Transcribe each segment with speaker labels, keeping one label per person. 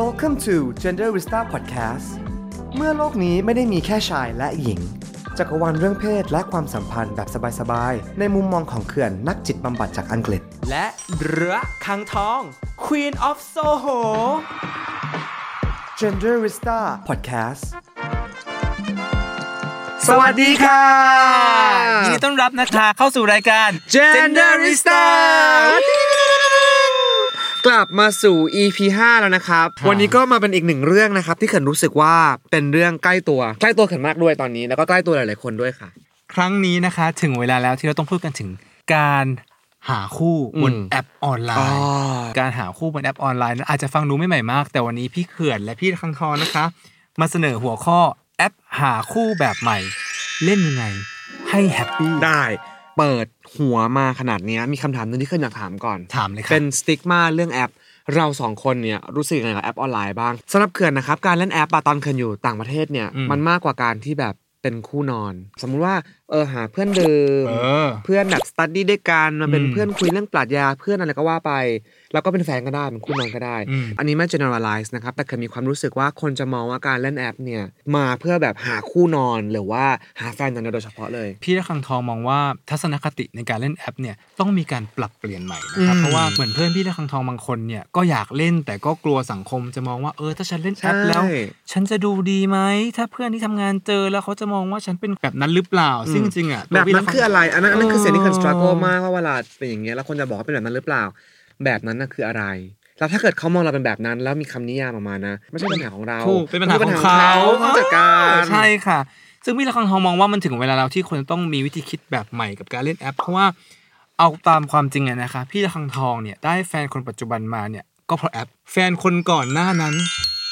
Speaker 1: Welcome to Gender Vista Podcast เมื่อโลกนี้ไม่ได้มีแค่ชายและหญิง จักรวาลเรื่องเพศและความสัมพันธ์แบบสบายๆ ในมุมมองของเขื่อนนักจิตบำบัดจากอังกฤษ
Speaker 2: และระคังทอง Queen of Soho
Speaker 1: Gender Vista Podcast สวัสดีค่ะ
Speaker 2: ยินดีต้อนรับนะคะเข้าสู่รายการ
Speaker 3: Genderista กลับมาสู่ EP 5 แล้วนะครับ วันนี้ก็มาเป็นอีกหนึ่งเรื่องนะครับ ที่เขินรู้สึกว่าเป็นเรื่องใกล้ตัว ใกล้ตัวเขินมากด้วยตอนนี้ แล้วก็ใกล้ตัวหลายๆคนด้วยค่ะ
Speaker 2: ครั้งนี้นะคะ ถึงเวลาแล้วที่เราต้องพูดกันถึงการหาคู่บน
Speaker 3: อืม
Speaker 2: แอปออนไลน์ การหาคู่บนแอปออนไลน์นั้นอาจจะฟังดูไม่ใหม่มาก แต่วันนี้พี่เขื่อนและพี่ระคังทองนะคะ มาเสนอหัวข้อแอปหาคู่แบบใหม่ เล่นยังไงให้แฮปปี้
Speaker 3: ได้ เปิดหัวมาขนาดเนี้ยมีคำถามหนึงที่เขินอยากถามก่อน
Speaker 2: ถามเลยค่ะ
Speaker 3: เป็นสติ๊กมาเรื่องแอป เราสองคนเนี่ยรู้สึกยังไงกับแอปออนไลน์บ้างสำหรับเขื่อนนะครับการเล่นแอปอะตอนเขื่อนอยู่ต่างประเทศเนี่ย
Speaker 2: อืม
Speaker 3: มันมากกว่าการที่แบบเป็นคู่นอน สมมุติว่าเออหาเพื่อนเดิม
Speaker 2: เออ
Speaker 3: เพื่อนแบบสตัดดี้ด้วยกันมันเป็น
Speaker 2: อืม
Speaker 3: เพื่อนคุยเรื่องปรัชญาเพื่อนอะไรก็ว่าไป แล้วก็เป็นแฟนก็ได้เป็นคู่นอนก็ได้
Speaker 2: อืม
Speaker 3: อันนี้ไม่ generalize นะครับ แต่เคยมีความรู้สึกว่าคนจะมองว่าการเล่นแอปเนี่ย มาเพื่อแบบหาคู่นอนหรือว่าหาแฟนอย่างเดียวโดยเฉพาะเลย
Speaker 2: พี่ระคังทองมองว่าทัศนคติในการเล่นแอปเนี่ยต้องมีการปรับเปลี่ยนใหม่นะครับ
Speaker 3: อืม
Speaker 2: เพราะว่าเหมือนเพื่อนพี่ระคังทองบางคนเนี่ยก็อยากเล่นแต่ก็กลัวสังคมจะมองว่าเออถ้าฉันเล่นแอปแล้ว
Speaker 3: ใช่
Speaker 2: ฉันจะดูดีไหมถ้าเพื่อนที่ทำงานเจอแล้วเขาจะมองว่าฉันเป็นแบบนั้นหรือเปล่า ซึ่ง
Speaker 3: อื
Speaker 2: จ
Speaker 3: ม
Speaker 2: ริงๆอ่ะ
Speaker 3: แบบ
Speaker 2: ตัวพี่ระ
Speaker 3: นั้น
Speaker 2: คัง
Speaker 3: คืออะไร อันนั้นอันนั้นคือสิ่งที่คน
Speaker 2: อ๋อ
Speaker 3: struggle มากว่าเวลาเป็นอย่างเงี้ยแล้วคนจะบอกว่าเป็นแบบนั้นหรือเปล่า แบบนั้นน่ะคืออะไร แล้วถ้าเกิดเขามองเราเป็นแบบนั้นแล้วมีคำนิยามออกมานะ ไม่ใช่ปัญหาของเรา
Speaker 2: ถูกเป็นปัญหาของเขา
Speaker 3: ต้องจัดการ
Speaker 2: ใช่ค่ะ ซึ่งพี่ละคังทองมองว่ามันถึงเวลาเราที่คนต้องมีวิธีคิดแบบใหม่กับการเล่นแอป เพราะว่าเอาตามความจริงอะนะคะพี่ละคังทองเนี่ยได้แฟนคนปัจจุบันมาเนี่ยก็เพราะแอป แฟนคนก่อนหน้านั้น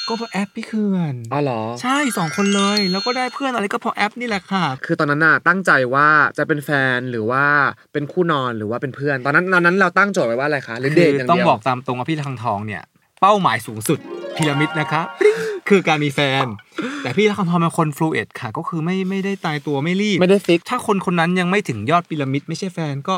Speaker 2: ก็เพราะแอปพี่เขื่อน
Speaker 3: อ๋อเหรอ
Speaker 2: ใช่สองคนเลยแล้วก็ได้เพื่อนอะไรก็เพราะแอปนี่แหละค่ะ
Speaker 3: คือตอนนั้นน่ะตั้งใจว่าจะเป็นแฟนหรือว่าเป็นคู่นอนหรือว่าเป็นเพื่อน ตอนนั้นตอนนั้นเราตั้งโจทย์ไว้ว่าอะไรคะหรือเดทอย่าง
Speaker 2: ต้อง
Speaker 3: เดียว
Speaker 2: บอกตามตรงว่าพี่ละคังทองเนี่ยเป้าหมายสูงสุดพีระมิดนะคะ ปิ๊งคือการมีแฟน แต่พี่ละคังทองเป็นคนฟลูเอดค่ะ ก็คือไม่ไม่ได้ตายตัวไม่รีบ
Speaker 3: ไม่ได้ฟิก
Speaker 2: ถ้าคนคนนั้นยังไม่ถึงยอดพีระมิดไม่ใช่แฟนก็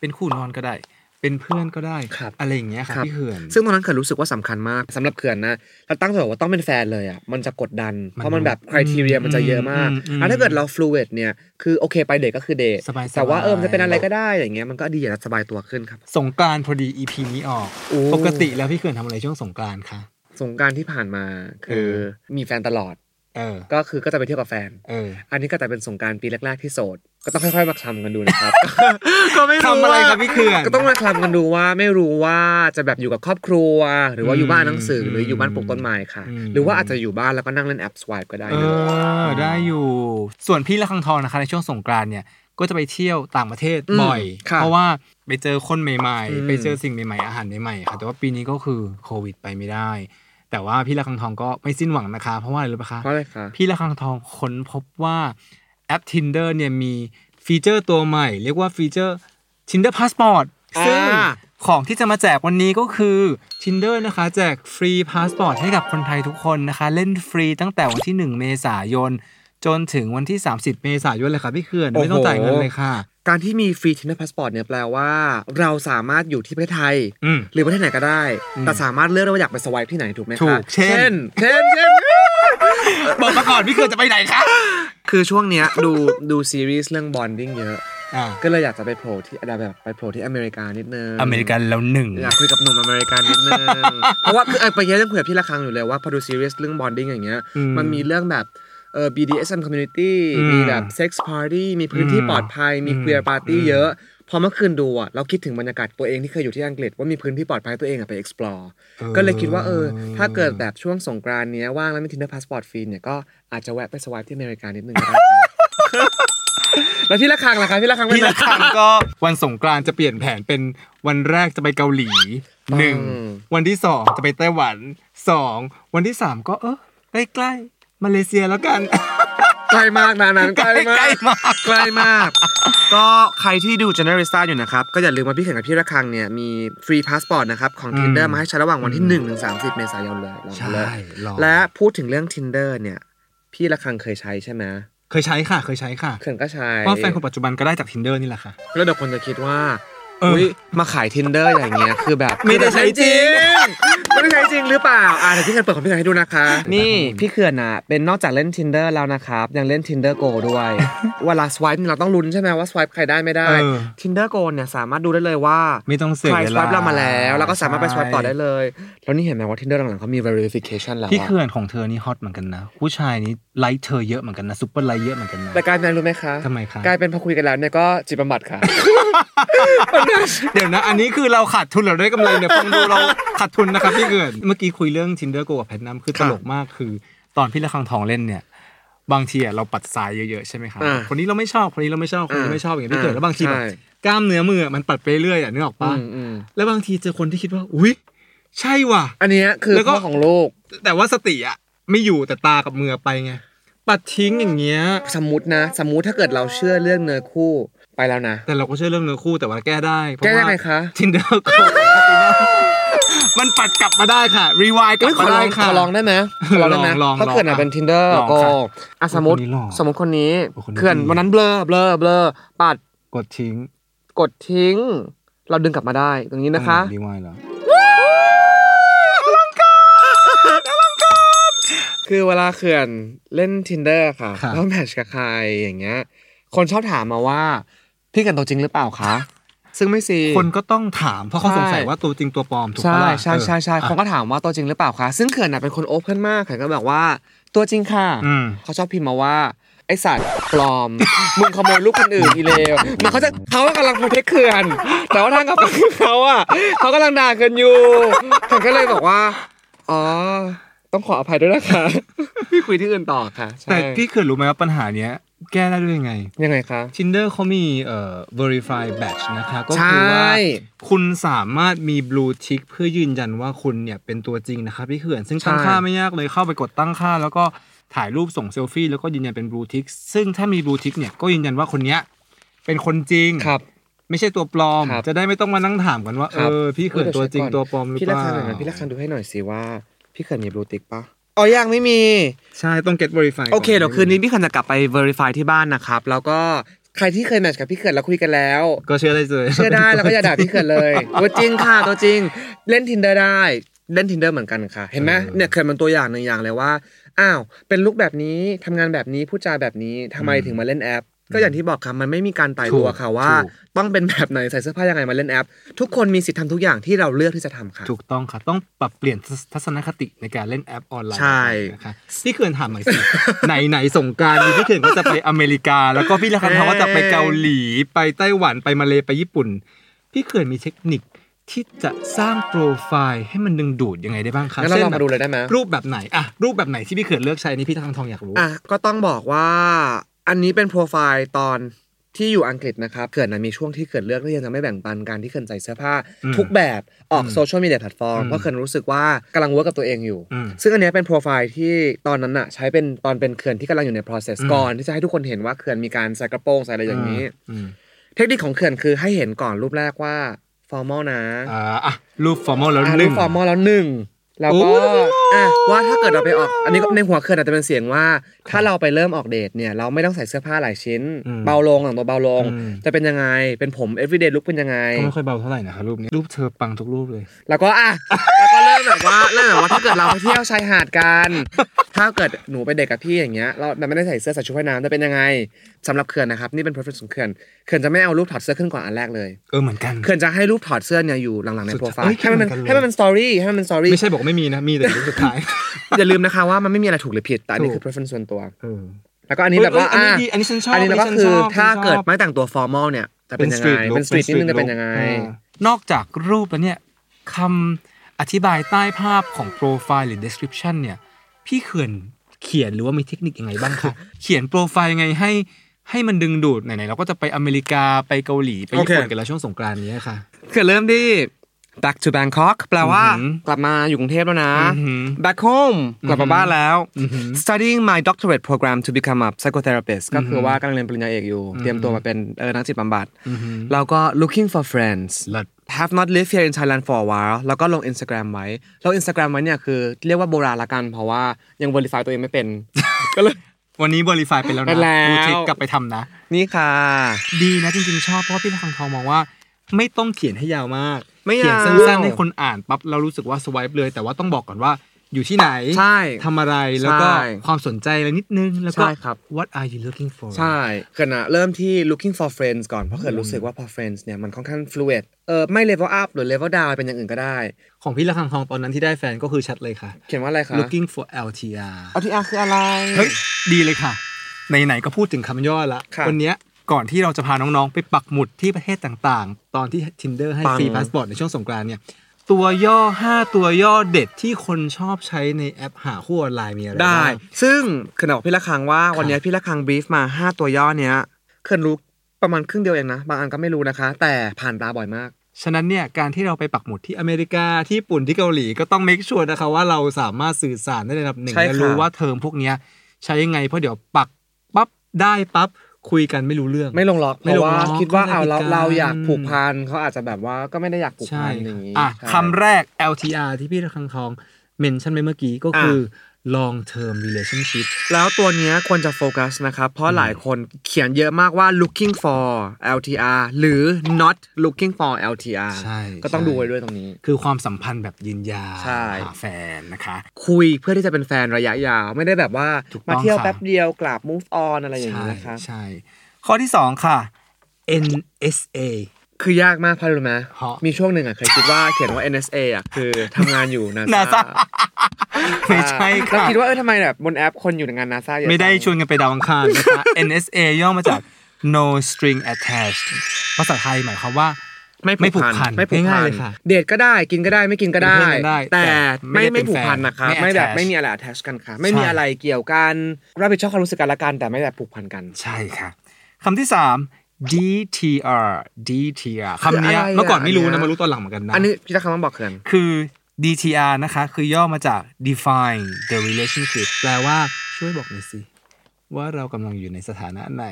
Speaker 2: เป็นคู่นอนก็ได้ เป็นเพื่อนก็ได้
Speaker 3: ครับ
Speaker 2: อะไรอย่างเงี้ยครับ
Speaker 3: ครับ
Speaker 2: พี่เขื่อน
Speaker 3: ซึ่งตอนนั้นเขื่อนรู้สึกว่าสำคัญมากสำหรับเขื่อนนะเราตั้งโจทย์ว่าต้องเป็นแฟนเลยอ่ะมันจะกดดัน เพราะมันแบบคุณทีเรียมันจะเยอะมากอ่ะถ้าเกิดเราฟลูเอดเนี่ยคือโอเคไปเดทก็คือเดท
Speaker 2: สบายๆ
Speaker 3: แต่ว่าเออมันจะเป็นอะไรก็ได้อย่างเงี้ยมันก็ดีอยากจะสบายตัวขึ้นครับ
Speaker 2: สงกรารพอดี EP นี้ออก
Speaker 3: โอ้
Speaker 2: ปกติแล้วพี่เขื่อนทำอะไรช่วงสงกรารคะ
Speaker 3: สงกรารที่ผ่านมาคือ
Speaker 2: เออ
Speaker 3: มีแฟนตลอด
Speaker 2: เออ
Speaker 3: ก็คือก็จะไปเที่ยวกับแฟน
Speaker 2: เออ
Speaker 3: อันนี้ก็แต่เป็นสงกรารปีแรกๆที่โสด ก็ต้องค่อยๆมาคลำกันดูนะครับ ก็ไม่รู้
Speaker 2: ทำอะไร
Speaker 3: ว่า
Speaker 2: ครับพี่เขื่อน
Speaker 3: ก็ต้องมาคลำกันดูว่าไม่รู้ว่าจะแบบอยู่กับครอบครัว หรือว่าอยู่บ้านหนังสือ
Speaker 2: ม
Speaker 3: อหรืออยู่บ้านปลูกต้นไม้ค่ะ
Speaker 2: อืม
Speaker 3: หรือว่าอาจจะอยู่บ้านแล้วก็นั่งเล่นแอปสวายก็ได้
Speaker 2: เอ
Speaker 3: นะ
Speaker 2: อ ได้อยู่ ส่วนพี่ละคังทองนะคะในช่วงสงกรารเนี่ย ก็จะไปเที่ยวต่างประเทศ
Speaker 3: ม
Speaker 2: บ่อย
Speaker 3: ค่ะ
Speaker 2: เพราะว่าไปเจอคนใหม่
Speaker 3: อื
Speaker 2: ๆ
Speaker 3: ม
Speaker 2: ไปเจอสิ่งใหม่ๆ อาหารใหม่ๆ ค่ะ แต่ว่าปีนี้ก็คือโควิดไปไม่ได้ แต่ว่าพี่ละคังทองก็ไม่สิ้นหวังนะคะ เพราะว่าอะไรรู้ปะคะ
Speaker 3: เพราะอะไรคะ
Speaker 2: พี่ระคังทองค้นพบว่าแอป Tinder เนี่ยมีฟีเจอร์ตัวใหม่ เรียกว่าฟีเจอร์ Tinder Passport ซึ่ง
Speaker 3: อ่า
Speaker 2: ของที่จะมาแจกวันนี้ก็คือ Tinder นะคะ แจกฟรีพาสปอร์ตให้กับคนไทยทุกคนนะคะ เล่นฟรีตั้งแต่วันที่ 1 เมษายน จนถึงวันที่ 30 เมษายนเลยค่ะพี่เขื่อน ไม่ต้อง
Speaker 3: โอ้โห
Speaker 2: จ่ายเงินเลยค่ะ
Speaker 3: การที่มีฟรีทินเนอร์พาสปอร์ตเนี่ยแปลว่าเราสามารถอยู่ที่ประเทศไทย
Speaker 2: อืม
Speaker 3: หรือประเทศไหนก็ได้
Speaker 2: อืม
Speaker 3: แต่สามารถเลือกได้ว่าอยากไปสวายที่ไหนถูกไหมคะ
Speaker 2: ถูกเช่น
Speaker 3: เช่นเช่น
Speaker 2: บอกมาก่อนพี่เขื่อนจะไปไหนคะ
Speaker 3: คือช่วงเนี้ยดูดูซีรีส์เรื่องบอนดิ้งเยอะ
Speaker 2: อ่า
Speaker 3: ก็เลยอยากจะไปโผล่ที่อะไรแบบไปโผล่ที่อเมริกานิดนึง
Speaker 2: อเมริกันแล้วหนึ่ง
Speaker 3: อยากคุยกับหนุ่มอเมริกันนิดนึง เพราะว่าคือเออไปเยอะเรื่องคุยกับพี่ละครั้งอยู่เลยว่าพอดูซีรีส์เรื่องบอนดิ้งอย่างเงี้ย
Speaker 2: อืม
Speaker 3: มันมีเรื่องแบบเออ BDSM community
Speaker 2: อืม
Speaker 3: มีแบบ sex party มีพื้นที่
Speaker 2: อืม
Speaker 3: ปลอดภัย มี
Speaker 2: อืม
Speaker 3: queer party
Speaker 2: อืม
Speaker 3: เยอะ พอเมื่อคืนดูอ่ะเราคิดถึงบรรยากาศตัวเองที่เคยอยู่ที่อังกฤษว่ามีพื้นที่ปลอดภัยตัวเองอะไป explore ก็เลยคิดว่าเออถ้าเกิดแบบช่วงสงกรานต์เนี้ยว่างแล้วมี Tinder passport ฟรีเนี่ยก็อาจจะแวะไปสวายที่อเมริกานิดนึงก็ได้ ครับ แล้วพี่ละครั้งล่ะครับพี่ละครั้งไม่
Speaker 2: พี่ละ
Speaker 3: มา
Speaker 2: ครั้งก็วันสงกรานต์จะเปลี่ยนแผนเป็นวันแรกจะไปเกาหลีหนึ่ง
Speaker 3: อืม
Speaker 2: วันที่สองจะไปไต้หวันสองวันที่สามก็เออใกล้ๆมาเลเซียแล้วกัน
Speaker 3: ไกลมากนะนั้นไกลมาก
Speaker 2: ใกล้มาก
Speaker 3: ไกลมาก ก็ใครที่ดู Generalista อยู่นะครับ ก็อย่าลืมมาพี่เข็งกับพี่ระคังเนี่ย มีฟรีพาสปอร์ตนะครับ ของ
Speaker 2: อืม
Speaker 3: Tinder มาให้ใช้ระหว่างวันที่1ถึง30 เมษายนเลยลองดูเลย
Speaker 2: ลอง
Speaker 3: และพูดถึงเรื่อง Tinder เนี่ย พี่ระคังเคยใช้ใช่ไหม
Speaker 2: เคยใช้ค่ะเคยใช้ค่ะ
Speaker 3: เข็งก็ใช้
Speaker 2: เพราะแฟนคนปัจจุบันก็ได้จาก tinder นี่แหละค่ะ
Speaker 3: แล้วเดี๋ยวคนจะคิดว่า
Speaker 2: เออ
Speaker 3: อุ๊ยมาขาย tinder อย่างเงี้ยคือแบบ
Speaker 2: ไม่ได้ใช้จริง
Speaker 3: ไม่ได้ใช้จริงหรือเปล่าอ่าเดี๋ยวพี่เขื่อนเปิดของพี่เขื่อนให้ดูนะคะ นี่พี่เขื่อนอ่ะเป็นนอกจากเล่น tinder แล้วนะครับยังเล่น tinder go ด้วย เวลา swipe เราต้องลุ้นใช่ไหมว่า swipe ใครได้ไม่ได้
Speaker 2: เออ
Speaker 3: tinder go เนี่ยสามารถดูได้เลยว่า
Speaker 2: ไม่ต้องเสีย
Speaker 3: ใคร
Speaker 2: เว
Speaker 3: ส
Speaker 2: ลา
Speaker 3: วับเรามาแล้วแล้วก็สามารถไปสวับต่อได้
Speaker 2: ใช่
Speaker 3: เลย แล้วนี่เห็นไหมว่า tinder หลังๆเขามี verification แล้ว
Speaker 2: ที่
Speaker 3: อะ
Speaker 2: เขื่อนของเธอนี่ฮอตเหมือนกันนะ ผู้ชายนี้ไลค์เธอเยอะเหมือนกันนะซุปเปอร์ไลค์เยอะเหมือนกันนะ
Speaker 3: แต่กลารนั้นรู้ไหมคะ
Speaker 2: ทำไมคะ
Speaker 3: กลายเป็นพอคุยกันแล้วเนี่ยก็จิตบำบัดค่ะ
Speaker 2: เดี๋ยวนะ อันนี้คือเราขาดทุนหรือได้กำไรเนี่ยฟังดูเราขาดทุนนะครับพี่เขื่อนเมื่อกี้คุยเรื่อง tinder go กับแพทนัมคือตลกมากคือ ตอนพี่ระคังทองเล่นเนี่ย บางทีอะเราปัดสายเยอะๆใช่ไหมครับ
Speaker 3: อ่า
Speaker 2: คนนี้เราไม่ชอบคนนี้เราไม่ชอบคนนี้ไม่ชอบอย่างเงี้ยพี่เขื่อนแล้วบางทีแบบ
Speaker 3: ใช่
Speaker 2: กล้ามเนื้อมืออะมันปัดไปเรื่อยอะนึกออกปะ
Speaker 3: อืมอืม
Speaker 2: แล้วบางทีเจอคนที่คิดว่าอุ้ยใช่ว่ะ
Speaker 3: อันเนี้ยคือ
Speaker 2: แล้วก็
Speaker 3: พ่อของโลก
Speaker 2: แต่ว่าสติอะไม่อยู่แต่ตากับมือไปไงปัดทิ้งอย่างเงี้ย
Speaker 3: สมมตินะ สมมติถ้าเกิดเราเชื่อเรื่องเนื้อคู่ไปแล้วนะ
Speaker 2: แต่เราก็เชื่อเรื่องเนื้อคู่แต่ว่าแก้ได้เพราะ
Speaker 3: แก้ได้
Speaker 2: ว่า
Speaker 3: ไงคะ
Speaker 2: Tinder ก็มันปัดกลับมาได้ค่ะ รีวายกลั
Speaker 3: เอ้ย
Speaker 2: บ
Speaker 3: ขอ
Speaker 2: มา
Speaker 3: ลอ
Speaker 2: ได้
Speaker 3: ง
Speaker 2: ค่ะ
Speaker 3: ขอลองได้ไหมขอลองได้ไหม
Speaker 2: ลองลอง
Speaker 3: ถ้าเกิดอ่ะเป็น tinder
Speaker 2: ลอง
Speaker 3: ก็
Speaker 2: ค่ะ
Speaker 3: อ่ะสมมติ
Speaker 2: คนนี้หล่อ
Speaker 3: สมมติคนนี้
Speaker 2: โอ้คนนี้
Speaker 3: เขื่อน
Speaker 2: ดี
Speaker 3: วันนั้นเบลอเบลอเบลอปัด
Speaker 2: กดทิ้ง
Speaker 3: กดทิ้ง เราดึงกลับมาได้ตรงนี้นะคะ
Speaker 2: รีวายเหรอ
Speaker 3: คือเวลาเขื่อนเล่น tinder ค่ะ
Speaker 2: ค่ะ
Speaker 3: แล้วแมทช์กับใครอย่างเงี้ย คนชอบถามมาว่า พี่กันตัวจริงหรือเปล่าคะ ซึ่งไม่ซี
Speaker 2: คนก็ต้องถามเพราะเขา
Speaker 3: ใช่
Speaker 2: สงสัยว่าตัวจริงตัวปลอมถูก
Speaker 3: ใช่
Speaker 2: ปะล่ะ
Speaker 3: ใช่ใช่ใช่
Speaker 2: เออ
Speaker 3: คนก็ถามว่าตัวจริงหรือเปล่าคะ ซึ่งเขื่อนน่ะเป็นคนโอเพนมากเขื่อนก็บอกว่าตัวจริงค่ะ
Speaker 2: อืม
Speaker 3: เขาชอบพิมพ์มาว่า ไอสัตว์ปลอม มึงขโมยลูกคนอื่นอีเลวมาเขาจะเขากำลังโปรเทคเขื่อน แต่ว่าทางกับฝั่งเขาอ่ะเขากำลังด่ากันอยู่ฉันก็เลยบอกว่า อ๋อ ต้องขออภัยด้วยนะคะ พี่คุยที่อื่นต่อค่ะใช่
Speaker 2: แต่พี่เขื่อนรู้ไหมว่าปัญหาเนี้ย แก้ได้ด้วยยังไง
Speaker 3: ยังไงคะ
Speaker 2: Tinder เขามีเอ่อ verify badge นะคะก็
Speaker 3: ใช
Speaker 2: คือว่า
Speaker 3: ่
Speaker 2: คุณสามารถมีบลูทิกเพื่อยืนยันว่าคุณเนี่ยเป็นตัวจริงนะครับพี่เขื่อน ซึ่งตั้ง
Speaker 3: ใช่
Speaker 2: ค่าไม่ยากเลยเข้าไปกดตั้งค่า แล้วก็ถ่ายรูปส่งเซลฟี่แล้วก็ยืนยันเป็นบลูทิกซึ่งถ้ามีบลูทิกเนี่ยก็ยืนยันว่าคนเนี้ยเป็นคนจริง
Speaker 3: ครับ
Speaker 2: ไม่ใช่ตัวปลอม
Speaker 3: ครับ
Speaker 2: จะได้ไม่ต้องมานั่งถามกันว่า
Speaker 3: ค
Speaker 2: เอ
Speaker 3: รับ
Speaker 2: อ พี่เขื่อนตัวจริงตัวปลอมหรือ
Speaker 3: พี่
Speaker 2: เป
Speaker 3: ละ
Speaker 2: ล่า
Speaker 3: คันหน่อยนะพี่ละคันดูให้หน่อยสิว่า พี่เขื่อนมีบลูติกปะอ๋อยังไม่มี
Speaker 2: ใช่ต้อง get verify
Speaker 3: โอเคเดี๋ยวคืนนี้พี่เขื่อนจะกลับไป verify ที่บ้านนะครับ แล้วก็ใครที่เคยแมทช์กับพี่เขื่อนเราคุยกันแล้ว
Speaker 2: ก็เชื่อได้เลย
Speaker 3: เชื่อได้แล้วก็อย่าด่าพี่เขื่อนเลยตัวจริงค่ะตัวจริง เล่น tinder ได้ เล่น tinder เหมือนกันค่ะ เห็นไหมเนี่ยเขื่อนมันตัวอย่างหนึ่งอย่างเลยว่าอ้าวเป็นลูกแบบนี้ทำงานแบบนี้พูดจาแบบนี้ทำไมถึงมาเล่นแอป ก็อย่างที่บอกค่ะมันไม่มีการตายตัวค่ะว่า ต้องเป็นแบบไหนใส่เสื้อผ้ายังไงมาเล่นแอป ทุกคนมีสิทธิ์ทำทุกอย่างที่เราเลือกที่จะทำค่ะ
Speaker 2: ถูกต้องค่ะต้องปรับเปลี่ยนทัศนคติในการเล่นแอปออนไลน์
Speaker 3: ใช่
Speaker 2: นะคะพี่เขื่อนถามหน่อยสิ ไหนไหนสงกรารพี่เขื่อนก็จะไปอเมริกา แล้วก็พี่ละคันทองก็จะไปเกาหลีไปไต้หวันไปมาเลไปญี่ปุ่น พี่เขื่อนมีเทคนิคที่จะสร้างโปรไฟล์ให้มันดึงดูดยังไงได้บ้างคะ
Speaker 3: งั้นเราลอง
Speaker 2: แบ
Speaker 3: มา
Speaker 2: บ
Speaker 3: ดูเลยได้ไหม
Speaker 2: รูปแบบไหนอะรูปแบบไหนที่พี่เขื่อนเลือกใช้นี่พี่ละคันทองอยากรู้
Speaker 3: อ่ะก็ต้องบอกว่าอันนี้เป็นโปรไฟล์ตอนที่อยู่อังกฤษนะครับเกิดนะมีช่วงที่เกิดเลือกที่ยังจะไม่แบ่งปันการที่เกิดใส่เสื้อผ้า
Speaker 2: อืม
Speaker 3: ทุกแบบออกโซเชียลมีเดียแพลตฟอร์ม
Speaker 2: อืม
Speaker 3: เพราะเกิดรู้สึกว่ากำลังเวิร์กกับตัวเองอยู่
Speaker 2: อืม
Speaker 3: ซึ่งอันเนี้ยเป็นโปรไฟล์ที่ตอนนั้นอะใช้เป็นตอนเป็นเขื่อนที่กำลังอยู่ใน process
Speaker 2: อืม
Speaker 3: ก่อนที่จะให้ทุกคนเห็นว่าเขื่อนมีการใส่กระโปรงใส่อะไรอย่างนี้
Speaker 2: อืม
Speaker 3: เทคนิคของเขื่อนคือให้เห็นก่อนรูปแรกว่า formal นะ
Speaker 2: อ่าอ่ะรูปฟอร์มอลแล้ว
Speaker 3: อ่ะ
Speaker 2: ห
Speaker 3: รู
Speaker 2: นึ่
Speaker 3: ป
Speaker 2: ง
Speaker 3: ฟอร์มอลแล้วหนึ่งแล้วก็
Speaker 2: โอ้โห
Speaker 3: อ่ะว่าถ้าเกิดเราไปออก อันนี้ก็ในหัวเคยอาจจะเป็นเสียงว่า ถ้าเราไปเริ่มออกเดทเนี่ย เราไม่ต้องใส่เสื้อผ้าหลายชิ้น เบาลงแต่งตัวเบาลง จะเป็นยังไง เป็นผม everyday look เป็นยังไง
Speaker 2: ก็ไม่ค่อยเบาเท่าไหร่นะคะรูปนี้รูปเธอปังทุกรูปเลย
Speaker 3: แล้วก็อ่ะ แล้วก็เริ่มแบบว่าเริ่มแบบว่าถ้าเกิดเราไปเที่ยวชายหาดกัน ถ้าเกิดหนูไปเด็กกับพี่อย่างเงี้ยเราไม่ได้ใส่เสื้อใส่ชุดว่ายน้ำจะเป็นยังไงสำหรับเขื่อนนะครับนี่เป็น preference ของเขื่อนเขื่อนจะไม่เอารูปถอดเสื้อขึ้นกว่าอันแรกเลย
Speaker 2: เออเหมือนกัน
Speaker 3: เขื่อนจะให้รูปถอดเสื้อเนี่ยอยู่หลังๆใน
Speaker 2: สุด
Speaker 3: โปรไฟ
Speaker 2: เอ้
Speaker 3: ล์
Speaker 2: ย
Speaker 3: ให้มันเป็น
Speaker 2: เหมือนกันเลย
Speaker 3: ให้มันเป็น story ให้มันเป็น story
Speaker 2: ไม่ใช่บอกไม่มีนะมีแต่รูปสุดท้าย
Speaker 3: อย่าลืมนะคะว่ามันไม่มีอะไรถูกหรือผิด แต่อันนี้
Speaker 2: ถูก
Speaker 3: คือ preference ส่วนตัว
Speaker 2: เออ
Speaker 3: แล้วก็อันนี้แบบว่า
Speaker 2: เอ้ยเอ้ยอันนี้ดี
Speaker 3: ะ
Speaker 2: อันนี้ฉันชอบ
Speaker 3: อันนี้แล้วก็
Speaker 2: อันนี้
Speaker 3: คื
Speaker 2: ฉัช
Speaker 3: อน
Speaker 2: อบ
Speaker 3: ถ้า
Speaker 2: ฉันชอบ
Speaker 3: เกิดไม่แต่งตัว formal เนี่ยจะเป็นยังไง
Speaker 2: look
Speaker 3: เป็น street นิดนึง
Speaker 2: look
Speaker 3: จะเป็นยังไง
Speaker 2: อ่านอกจากรูปแล้วเนี่ยคำอธิบายใต้ภาพของโปรไฟล์หรือ description เนี่ย พี่เขื่อนเขียนหรือว่ามีเทคนิคยังไงบ้างคะ เขียนโปรไฟล์ยังไงให้ให้มันดึงดูดไหนๆเราก็จะไปอเมริกาไปเกาหลีไปญี่ปุ่น
Speaker 3: โอเค
Speaker 2: กันแล้วช่วงสงกรานต์นี้ค่ะ
Speaker 3: คือเริ่มที่ back to Bangkok แปลว่า
Speaker 2: อือหือก
Speaker 3: ลับมาอยู่กรุงเทพแล้วนะ
Speaker 2: อือหือ
Speaker 3: back home กลับมาบ้านแล้ว studying my doctorate program to become a psychotherapist ก็คือว่ากำลังเรียนปริญญาเอกอยู่ เตรียมตัวมาเป็นเออนักจิตบำบัดแล้วก็ looking for friends
Speaker 2: เลิศ
Speaker 3: have not lived here in Thailand for a while แล้วก็ลง Instagram ไว้แล้ว Instagram ไว้เนี่ยคือเรียกว่าโบราณละกัน เพราะว่ายัง verify ตัวเองไม่เป็น ก็เลย
Speaker 2: วันนี้บริไฟไปแล้ว
Speaker 3: ไป
Speaker 2: นะ
Speaker 3: แล้ว
Speaker 2: ดูทิปกลับไปทำนะ
Speaker 3: นี่ค่ะ
Speaker 2: ดีนะจริงๆชอบเพราะว่าพี่ทางทองมองว่า ไม่ต้องเขียนให้ยาวมาก
Speaker 3: ไม่ยาว
Speaker 2: เขีนสั้นๆให้คนอ่านปั๊บเรารู้สึกว่าสวายเลย แต่ว่าต้องบอกก่อนว่าอยู่ที่ไหน
Speaker 3: ใช่
Speaker 2: ทำอะไรแล้วก็
Speaker 3: ใช่
Speaker 2: ความสนใจอะไรนิดนึงแล้วก็
Speaker 3: ใช่ครับ
Speaker 2: what are you looking for
Speaker 3: ใช่เกิดนะเริ่มที่ looking for friends ก่อน เพราะเกิดรู้สึกว่าพอ friends เนี่ยมันค่อนข้าง fluid เออไม่ level up หรือ level down เป็นอย่างอื่นก็ได้
Speaker 2: ของพี่ละคังทองตอนนั้นที่ได้แฟนก็คือชัดเลยค่ะ
Speaker 3: เขียนว่าอะไรคะ
Speaker 2: looking for LTR
Speaker 3: เอาที่อาคืออะไร
Speaker 2: เฮ้ยดีเลยค่ะ ไหนๆก็พูดถึงคำย่อละ
Speaker 3: ครับ
Speaker 2: วันเนี้ยก่อนที่เราจะพาน้องๆ ไปปักหมุดที่ประเทศต่างๆ ตอนที่ Tinder ให้
Speaker 3: ปัง
Speaker 2: ฟรีพาสปอร์ตในช่วงสงกรานต์เนี่ย ตัวย่อ 5 ตัวย่อเด็ดที่คนชอบใช้ในแอปหาคู่ออนไลน์มีอะไร
Speaker 3: ได้
Speaker 2: บ้าง
Speaker 3: ซึ่งเขินบอกพี่ละครังว่าวันเนี้ยพี่ละครัง brief มา 5 ตัวย่อเนี้ยเขินรู้ประมาณครึ่งเดียวเองนะ บางอันก็ไม่รู้นะคะ แต่ผ่านตาบ่อยมาก
Speaker 2: ฉะนั้นเนี่ยการที่เราไปปักหมุดที่อเมริกาที่ญี่ปุ่นที่เกาหลีก็ต้องเมคชัวร์นะคะว่าเราสามารถสื่อสารได้ในระดับหนึ่ง
Speaker 3: ใช่ค่ะ
Speaker 2: และรู้ว่าเทอมพวกเนี้ยใช้ยังไงเพราะเดี๋ยวปักปั๊บได้ปั๊บคุยกันไม่รู้เรื่อง
Speaker 3: ไม่ลงล็อกเพ
Speaker 2: ไม่ล
Speaker 3: ราะ
Speaker 2: งล็
Speaker 3: ว่า
Speaker 2: อก
Speaker 3: คิดว่า
Speaker 2: ไม่ได้
Speaker 3: เอาเรา
Speaker 2: ติดกัน
Speaker 3: เราอยากผูกพันเขาอาจจะแบบว่าก็ไม่ได้อยากผูก
Speaker 2: ใช่
Speaker 3: พันอย่างนี้
Speaker 2: อ่ะ
Speaker 3: ใช่
Speaker 2: คำแรก LTR ที่พี่ระคังทองเมนชั่นไปเมื่อกี้ก็คือ long term relationship
Speaker 3: แล้วตัวเนี้ยควรจะโฟกัสนะครับ เพราะหลายคนเขียนเยอะมากว่า looking for LTR หรือ not looking for LTR
Speaker 2: ใช่
Speaker 3: ก็ต้อง
Speaker 2: ใช่
Speaker 3: ดูไว้ด้วยตรงนี้
Speaker 2: คือความสัมพันธ์แบบยืนยาว
Speaker 3: ใช่
Speaker 2: หาแฟนนะคะ
Speaker 3: คุยเพื่อที่จะเป็นแฟนระยะยาว ไม่ได้แบบว่า
Speaker 2: ถูกต้อง
Speaker 3: มาเที่ยว
Speaker 2: ค่ะ
Speaker 3: แป๊บเดียวกลับ move on อะไรอย่าง
Speaker 2: ใช่
Speaker 3: นี้นะคะ
Speaker 2: ใช่ ข้อที่ 2 ค่ะ NSA
Speaker 3: คือยากมากเพราะอะไรรู้ไหม
Speaker 2: เพราะ
Speaker 3: มีช่วงหนึ่งอ่ะเคยคิดว่าเขียนว่า NSA อ่ะคือทำงานอยู่ NASA
Speaker 2: นาซาไม่ใช่
Speaker 3: แล้
Speaker 2: ค่ะ
Speaker 3: วคิดว่าเออทำไมแบบบนแอปคนอยู่ในงาน NASA เยอะจัง
Speaker 2: ไม่ได้ชวนกันไปดาวอังคารนะคะ NSA ย่อมาจาก No String Attached ภาษาไทยหมายความว่า ไม่ผูกพัน
Speaker 3: ไม่ผูก
Speaker 2: ง่ายๆ
Speaker 3: พัน
Speaker 2: เลยค่ะ
Speaker 3: เดทก็ได้กินก็ได้ไม่กินก็ได้
Speaker 2: เป็นเพื่อนกันได้
Speaker 3: แต่
Speaker 2: แต่
Speaker 3: ไม่
Speaker 2: ไม่ได้
Speaker 3: ไม่
Speaker 2: เป็น
Speaker 3: ผูกพัน
Speaker 2: แฟน
Speaker 3: นะครับ
Speaker 2: ไม่
Speaker 3: ไม่แบบ
Speaker 2: attach
Speaker 3: ไม่มีอะไร attach กันค่ะ ไม่
Speaker 2: ใช่
Speaker 3: มีอะไรเกี่ยวกันรับผิดชอบความรู้สึกกันละกันแต่ไม่แบบผูกพันกัน
Speaker 2: ใช่ค่ะคำที่ 3 DTR DTR คำเนี้ย
Speaker 3: คืออะไรอ่ะ
Speaker 2: เมื่อก่อนไม่รู้
Speaker 3: อันเนี้
Speaker 2: นะ
Speaker 3: ย
Speaker 2: มารู้ตอนหลังเหมือนกันนะ
Speaker 3: อันนี้พี่ตะคำต้องบอกเขิน
Speaker 2: คือ DTR นะคะ คือย่อมาจาก define the relationship แปลว่าช่วยบอกหน่อยสิ ว่าเรากำลังอยู่ในสถานะไหน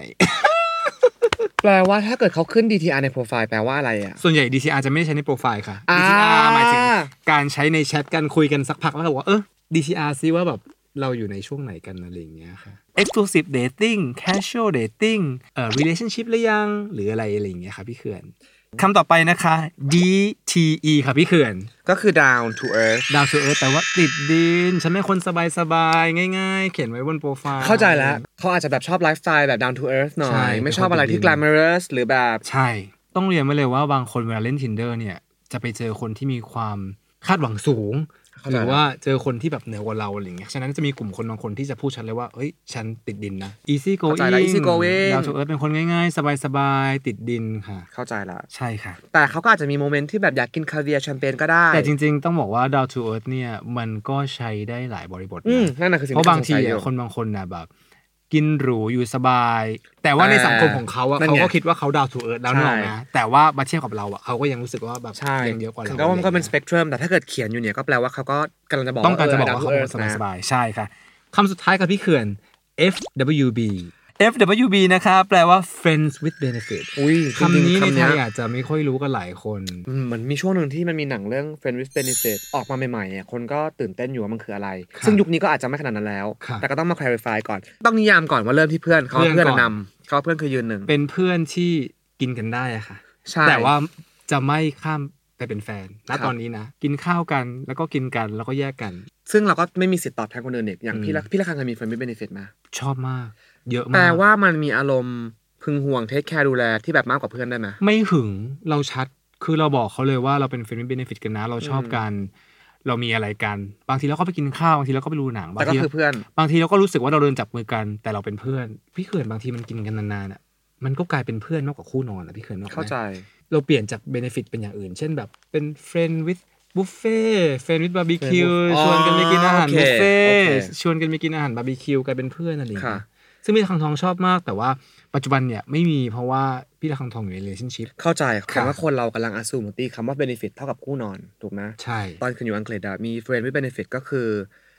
Speaker 3: แปลว่าถ้าเกิดเขาขึ้น DTR ในโปรไฟล์แปลว่าอะไรอ่ะ
Speaker 2: ส่วนใหญ่ DTR จะไม่ได้ใช้ในโปรไฟล์ค่ะ
Speaker 3: อ่า
Speaker 2: DTR หมายถึงการใช้ในแชทกันคุยกันสักพักแล้วก็บอกว่าเออ DTR ซิว่าแบบเราอยู่ในช่วงไหนกันอะไรอย่างเงี้ยค่ะ exclusive dating casual dating เอ่อ relationship หรือยัง หรืออะไรอะไรอย่างเงี้ยค่ะพี่เขื่อนคำต่อไปนะคะ DTE ค่ะพี่เขื่อน
Speaker 3: ก็คือ down to earth
Speaker 2: ดาวเซอร์แต่ว่าติดดิน ฉันเป็นคนสบายสบายๆง่ายๆ เขียนไว้บนโปรไฟล์
Speaker 3: เข้าใจแล้วเขาอาจจะแบบชอบไลฟ์สไตล์แบบ down to earth หน่อ
Speaker 2: ใช่
Speaker 3: ย ไม่
Speaker 2: เป็น
Speaker 3: ชอบ
Speaker 2: คน
Speaker 3: อะไร
Speaker 2: ติดดิ
Speaker 3: ที่
Speaker 2: น
Speaker 3: glamorous หรือแบบ
Speaker 2: ใช่ ต้องเรียนไว้เลยว่าบางคนเวลาเล่น tinder เนี่ย จะไปเจอคนที่มีความคาดหวังสูง
Speaker 3: เข้าใจ
Speaker 2: หรือว่าเจอคนที่แบบเหนือกว่าเราอะไรอย่างเงี้ยฉะนั้นจะมีกลุ่มคนบางคนที่จะพูดชัดเลยว่า เอ้ย ฉันติดดินนะ easy
Speaker 3: เข้าใจ
Speaker 2: going
Speaker 3: แล้ว easy going
Speaker 2: ดาวเซอร์เป็นคนง่ายๆ สบายๆ ติดดินค่ะ
Speaker 3: เข้าใจละ
Speaker 2: ใช่ค่ะ
Speaker 3: แต่เขาก็อาจจะมีโมเมนต์ที่แบบอยากกินคาเวียร์แชมเปญก็ได้
Speaker 2: แต่จริงๆ ต้องบอกว่าดาว to earth เนี่ยมันก็ใช้ได้หลายบริบทนะ
Speaker 3: อืมนั่นน่ะคือสิ่ง
Speaker 2: เพราะ
Speaker 3: ที่
Speaker 2: บางที
Speaker 3: สสัยอ
Speaker 2: อะ
Speaker 3: ยู่
Speaker 2: คนบางคนนะแบบ กินหรูอยู่สบาย แต่ว่าในสังคมของเขาอะ
Speaker 3: นั่น
Speaker 2: เขา
Speaker 3: ไง
Speaker 2: ก็คิดว่าเขาดาวถูเอิร์ดแล้วนึกออก
Speaker 3: ใช่
Speaker 2: นะแต่ว่ามาเทียบกับเราอะเขาก็ยังรู้สึกว่าแบบ
Speaker 3: ใช่
Speaker 2: ยังเยอะกว่าเรา
Speaker 3: ก็ว่ามันก็เป็นส
Speaker 2: อะไร
Speaker 3: เปกตรัมแต่ถ้าเกิดเขียนอยู่เนี่ยก็แปลว่าเขาก็กำลังจะบอ
Speaker 2: เงี้ย
Speaker 3: ก
Speaker 2: ต้องการจะบอกว่าเขา
Speaker 3: เอ
Speaker 2: เป็น
Speaker 3: อ
Speaker 2: คนสบายๆใช่ค่ะคำสุดท้ายกับพี่เขื่อน FWB FWB นะคะแปลว่า friends with benefit
Speaker 3: อุ้ย
Speaker 2: คำนี้ในไท
Speaker 3: เย
Speaker 2: ยอาจจะไม่ค่อยรู้กันหลายคน
Speaker 3: อืมมันมีช่วงหนึ่งที่มันมีหนังเรื่อง Friend with Benefit ออกมาใหม่ๆอ่ะคนก็ตื่นเต้นอยู่ว่ามันคืออะไร
Speaker 2: ครับ
Speaker 3: ซึ่งยุคนี้ก็อาจจะไม่ขนาดนั้นแล้ว
Speaker 2: ครับ
Speaker 3: แต่ก็ต้องมา clarify ก่อน ต้องนิยามก่อนว่าเริ่มที่เพื่อนเขาว่าเพื่อนอะนำเขาว่าเพื่อนคือยืนหนึ่ง
Speaker 2: เป็นเพื่อนที่กินกันได้อะค่ะ
Speaker 3: ใช่
Speaker 2: แต่ว่าจะไม่ข้ามไปเป็นแฟน
Speaker 3: ครั
Speaker 2: ณ
Speaker 3: บ
Speaker 2: ตอนนี้นะ กินข้าวกันแล้วก็กินกันแล้วก็แยกกัน
Speaker 3: ซึ่งเราก็ไม่มีสิทธิ์ตอบแทนคนอื่นอีกอย่างพี่
Speaker 2: อืม
Speaker 3: ละพี่ละคังเคยมี Friend with Benefit มา
Speaker 2: ชอบมาก เยอะมาก
Speaker 3: แปลว่ามันมีอารมณ์พึงห่วงเทคแคร์ดูแลที่แบบมากกว่าเพื่อนได้ไหม
Speaker 2: ไม่หึงเราชัดคือเราบอกเขาเลยว่าเราเป็นเฟรนด์เบนฟิตกันนะ เราชอบกัน เรามีอะไรกัน บางทีเราก็ไปกินข้าวบางทีเราก็ไปดูหนัง
Speaker 3: แต่
Speaker 2: บาง
Speaker 3: ก็
Speaker 2: ที
Speaker 3: คือเพื่อน
Speaker 2: บางทีเราก็รู้สึกว่าเราเดินจับมือกันแต่เราเป็นเพื่อน พี่เขื่อนบางทีมันกินกันนานๆอ่ะมันก็กลายเป็นเพื่อนมากกว่าคู่นอนอ่ะพี่เขื่อนนกออกไหม
Speaker 3: เข้าใจ
Speaker 2: เราเปลี่ยนจากเบนฟิตเป็นอย่างอื่น เช่นแบบเป็นเฟรนด์วิดบุฟเฟ่เฟรนด์วิดบาร์บีคิว
Speaker 3: Friend with-
Speaker 2: ชวนกันไปกินอาหาร
Speaker 3: อ๋อโอเค
Speaker 2: บุฟเฟ่
Speaker 3: โอเค
Speaker 2: ชวนกันไปกินอาหารบาร์บีคิวกลายเป็นเพื่อนอะไรอย่างเงี้
Speaker 3: ค่ะ
Speaker 2: ย ซึ่งพี่ละคังทองชอบมากแต่ว่าปัจจุบันเนี่ยไม่มีเพราะว่าพี่ละคังทองอยู่ใน relationship
Speaker 3: เข้าใจ
Speaker 2: ครั
Speaker 3: คำ
Speaker 2: บ
Speaker 3: ว่าคนเรากำลังอ s สูมตีคำว่า benefit เท่ากับคู่นอนถูกไหม
Speaker 2: ใช่
Speaker 3: ตอนคืนอยู่อังกฤษอะมี friend with benefit ก็คือ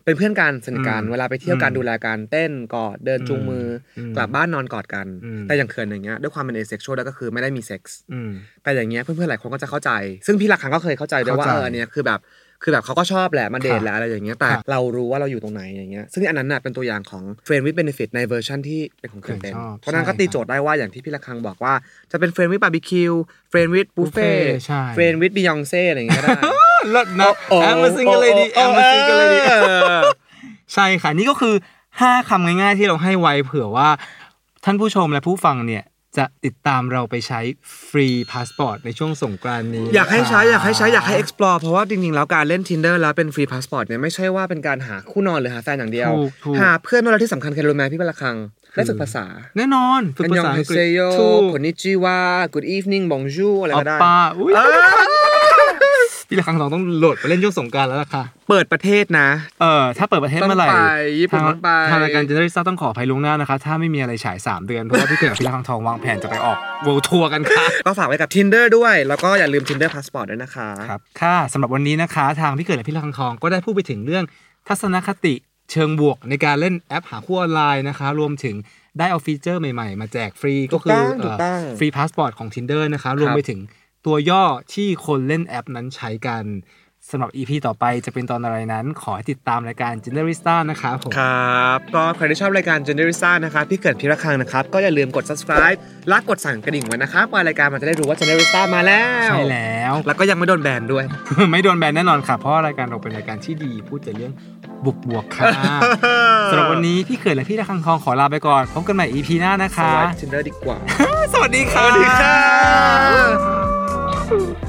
Speaker 3: เป็นเพื่อนกันสนิทกัน
Speaker 2: อืม
Speaker 3: เวลาไปเที่ยวกัน
Speaker 2: อืม
Speaker 3: ดูแลกันเต้นกอดเดินจูงมืออ
Speaker 2: ม
Speaker 3: กลับบ้านนอนกอดกัน
Speaker 2: อืม
Speaker 3: แต่อย่างเขินอย่างเงี้ยด้วยความเป็น asexual แล้วก็คือไม่ได้มีเซ็กส์
Speaker 2: อืม
Speaker 3: แต่อย่างเงี้ยเพื่อนๆหลายคนก็จะเข้าใจ ซึ่งพี่หลักครั้งก็เคยเข้าใจด้วยว่า
Speaker 2: เข้าใจ
Speaker 3: เอออันเนี้ยคือแบบ คือแบบเขาก็ชอบแหละมาเดท
Speaker 2: ค่ะ
Speaker 3: แหละอะไรอย่างเงี้ยแต่
Speaker 2: ค่ะ
Speaker 3: เรารู้ว่าเราอยู่ตรงไหนอย่างเงี้ยซึ่งอันนั้นน่ะเป็นตัวอย่างของ Friend with Benefit ในเวอร์ชันที่เป็นของเคนเต็น
Speaker 2: ชอบ
Speaker 3: เพราะฉะนั้นก็ตีโจทย์ได้ว่าอย่างที่พี่ละคังบอกว่าจะเป็น Friend with Barbecue Friend with Buffet
Speaker 2: ใช่
Speaker 3: Friend with Beyonce อะไรอย่างเงี้ยก็ได้
Speaker 2: เลิศนะแอมมาซิงเกิลเลยดีแอมมาซิงเกิลเลยดี
Speaker 3: เออ
Speaker 2: ใช่ค่ะ นี่ก็คือ 5คำง่ายๆที่เราให้ไว้เผื่อว่า ท่านผู้ชมและผู้ฟังเนี่ย จะติดตามเราไปใช้ฟรีพาสปอร์ตในช่วงสงกรานต์นี้
Speaker 3: อยากให้ใช้อยากให้ใช้ อยากให้
Speaker 2: นะคะ
Speaker 3: explore เพราะว่าจริงๆ แล้วการเล่น Tinder แล้วเป็น free passport เนี่ยไม่ใช่ว่าเป็นการหาคู่นอนหรือหาแฟนอย่างเดียว
Speaker 2: ถูกถูก
Speaker 3: หาเพื่อนด้วยแล้วที่สำคัญคือรู้ไหมพี่บรรคังได้ฝึกภาษา
Speaker 2: แน่นอนฝึก
Speaker 3: อัน
Speaker 2: ภาย
Speaker 3: อง
Speaker 2: ษา
Speaker 3: เฮ
Speaker 2: อังกฤ
Speaker 3: เซ
Speaker 2: ษ
Speaker 3: โย
Speaker 2: ถูก
Speaker 3: คอนนิจิวา good evening bonjour อะไร
Speaker 2: อัป
Speaker 3: ก็ได้
Speaker 2: ปาอุ้ย
Speaker 3: เออ
Speaker 2: พี่ละครั้งสองต้องโหลดไปเล่นช่วงสงกรานต์แล้วล่ะค่ะ
Speaker 3: เปิดประเทศนะ
Speaker 2: เออถ้าเปิดประเทศเมื่อไหร่
Speaker 3: ต้องไปญี่ปุ่นต้องไป
Speaker 2: ทางรายการเจเนอริซ่าต้องขออภัยล่วงหน้านะคะ ถ้าไม่มีอะไรฉาย 3 เดือน เพราะว่าพี่เกิดกับพี่ละครั้งทองวางแผนจะไปออกเวิลด์ทัวร์กันค่ะ
Speaker 3: ก็ฝากไว้กับ Tinder ด้วย แล้วก็อย่าลืม Tinder passport ด้วยนะคะ
Speaker 2: ครับค่ะสำหรับวันนี้นะคะทางพี่เกิดและพี่ลังทองก็ได้พูดไปถึงเรื่องทัศนคติเชิงบวกในการเล่นแอปหาคู่ออนไลน์นะคะ รวมถึงได้เอาฟีเจอร์ใหม่ๆ มาแจกฟรีก็คือ
Speaker 3: ถูกต้อง
Speaker 2: ฟรีพาสปอร์ตของ Tinder นะคะ รวมไปถึงตัวย่อที่คนเล่นแอปนั้นใช้กันสำหรับ EP ต่อไปจะเป็นตอนอะไรนั้น ขอให้ติดตามรายการ g e n e r i s t a นะคะผม
Speaker 3: ครับก็ใครที่ชอบรายการ Generisa นะครับพี่เกิดพิระคังนะครับ ก็อย่าลืมกด subscribe และกดสั่นกระดิ่งไว้นะครับว่ารายการมันจะได้รู้ว่า Generisa มาแล้ว
Speaker 2: ใช่แล้ว
Speaker 3: แล้วก็ยังไม่โดนแบนด้วย
Speaker 2: ไม่โดนแบนแน่นอนค่ะ เพราะรายการเราเป็นรายการที่ดีพูดแต่เรื่องบุกบวกค่ะ สำหรับวันนี้พี่เขื่อนและพี่ระคังทองขอลาไปก่อนพบกันใหม่ EP หน้านะ
Speaker 3: ส
Speaker 2: คะ
Speaker 3: วัสดี Tinder ดีกว่า 아.
Speaker 2: สวัสดีค่ะ
Speaker 3: สวัสดีค่ะ